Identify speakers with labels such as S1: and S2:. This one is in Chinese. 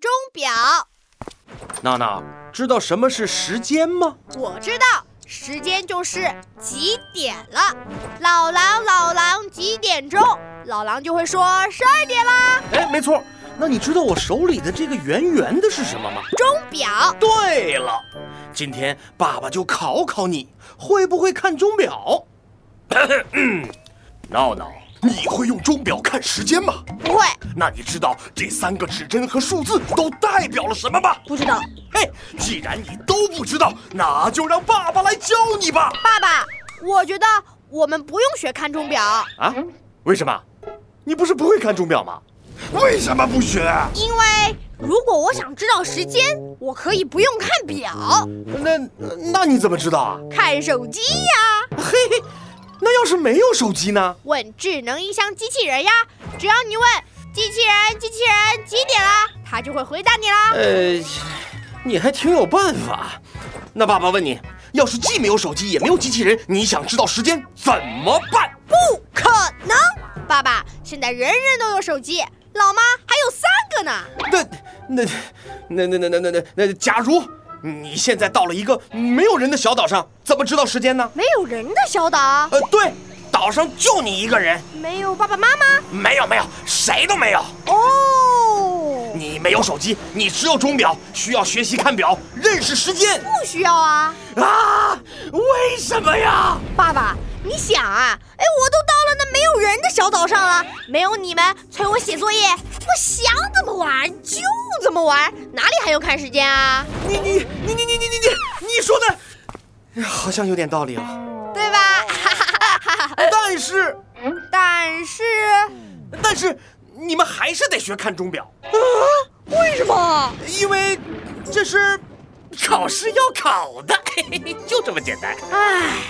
S1: 钟表。
S2: 娜娜，知道什么是时间吗？
S1: 我知道，时间就是几点了。老狼，老狼，几点钟？老狼就会说十二点啦。
S2: 哎，没错。那你知道我手里的这个圆圆的是什么吗？
S1: 钟表，
S2: 对了，今天爸爸就考考你，会不会看 钟表？闹闹，
S3: 你会用钟表看时间吗？
S1: 不会，
S3: 那你知道这三个指针和数字都代表了什么吗？
S1: 不知道。
S3: 嘿，既然你都不知道，那就让爸爸来教你吧。
S1: 爸爸，我觉得我们不用学看钟表，
S2: 啊？为什么？你不是不会看钟表吗？
S3: 为什么不学？啊
S1: 因为如果我想知道时间，我可以不用看表，
S2: 那那你怎么知道啊？
S1: 看手机呀，
S2: 嘿嘿，那要是没有手机呢？
S1: 问智能音箱机器人呀。只要你问机器人，机器人几点啦，它就会回答你啦。
S2: 呃，你还挺有办法。那爸爸问你，要是既没有手机也没有机器人，你想知道时间怎么办？
S1: 不可能！爸爸，现在人人都有手机，老妈还有三个呢。
S2: 那那那那那那那那，假如你现在到了一个没有人的小岛上，怎么知道时间呢？
S1: 没有人的小岛，
S2: 呃，对，岛上就你一个人，
S1: 没有爸爸妈妈。
S3: 没有没有，谁都没有。
S1: 哦，
S2: 你没有手机，你只有钟表，需要学习看表，认识时间
S1: 不需要啊。
S2: 啊？为什么呀？
S1: 爸爸，你想啊，哎，我都到了那没有人的小岛上了，没有你们催我写作业，我想怎么玩就怎么玩，哪里还用看时间啊？
S2: 你你你你你你你你你说的，好像有点道理哦。
S1: 对吧？
S2: 但是
S1: 但是
S2: 但是，你们还是得学看钟表，
S1: 为什么？
S2: 因为 这是考试要考的，嘿嘿嘿，就这么简单。
S1: 唉，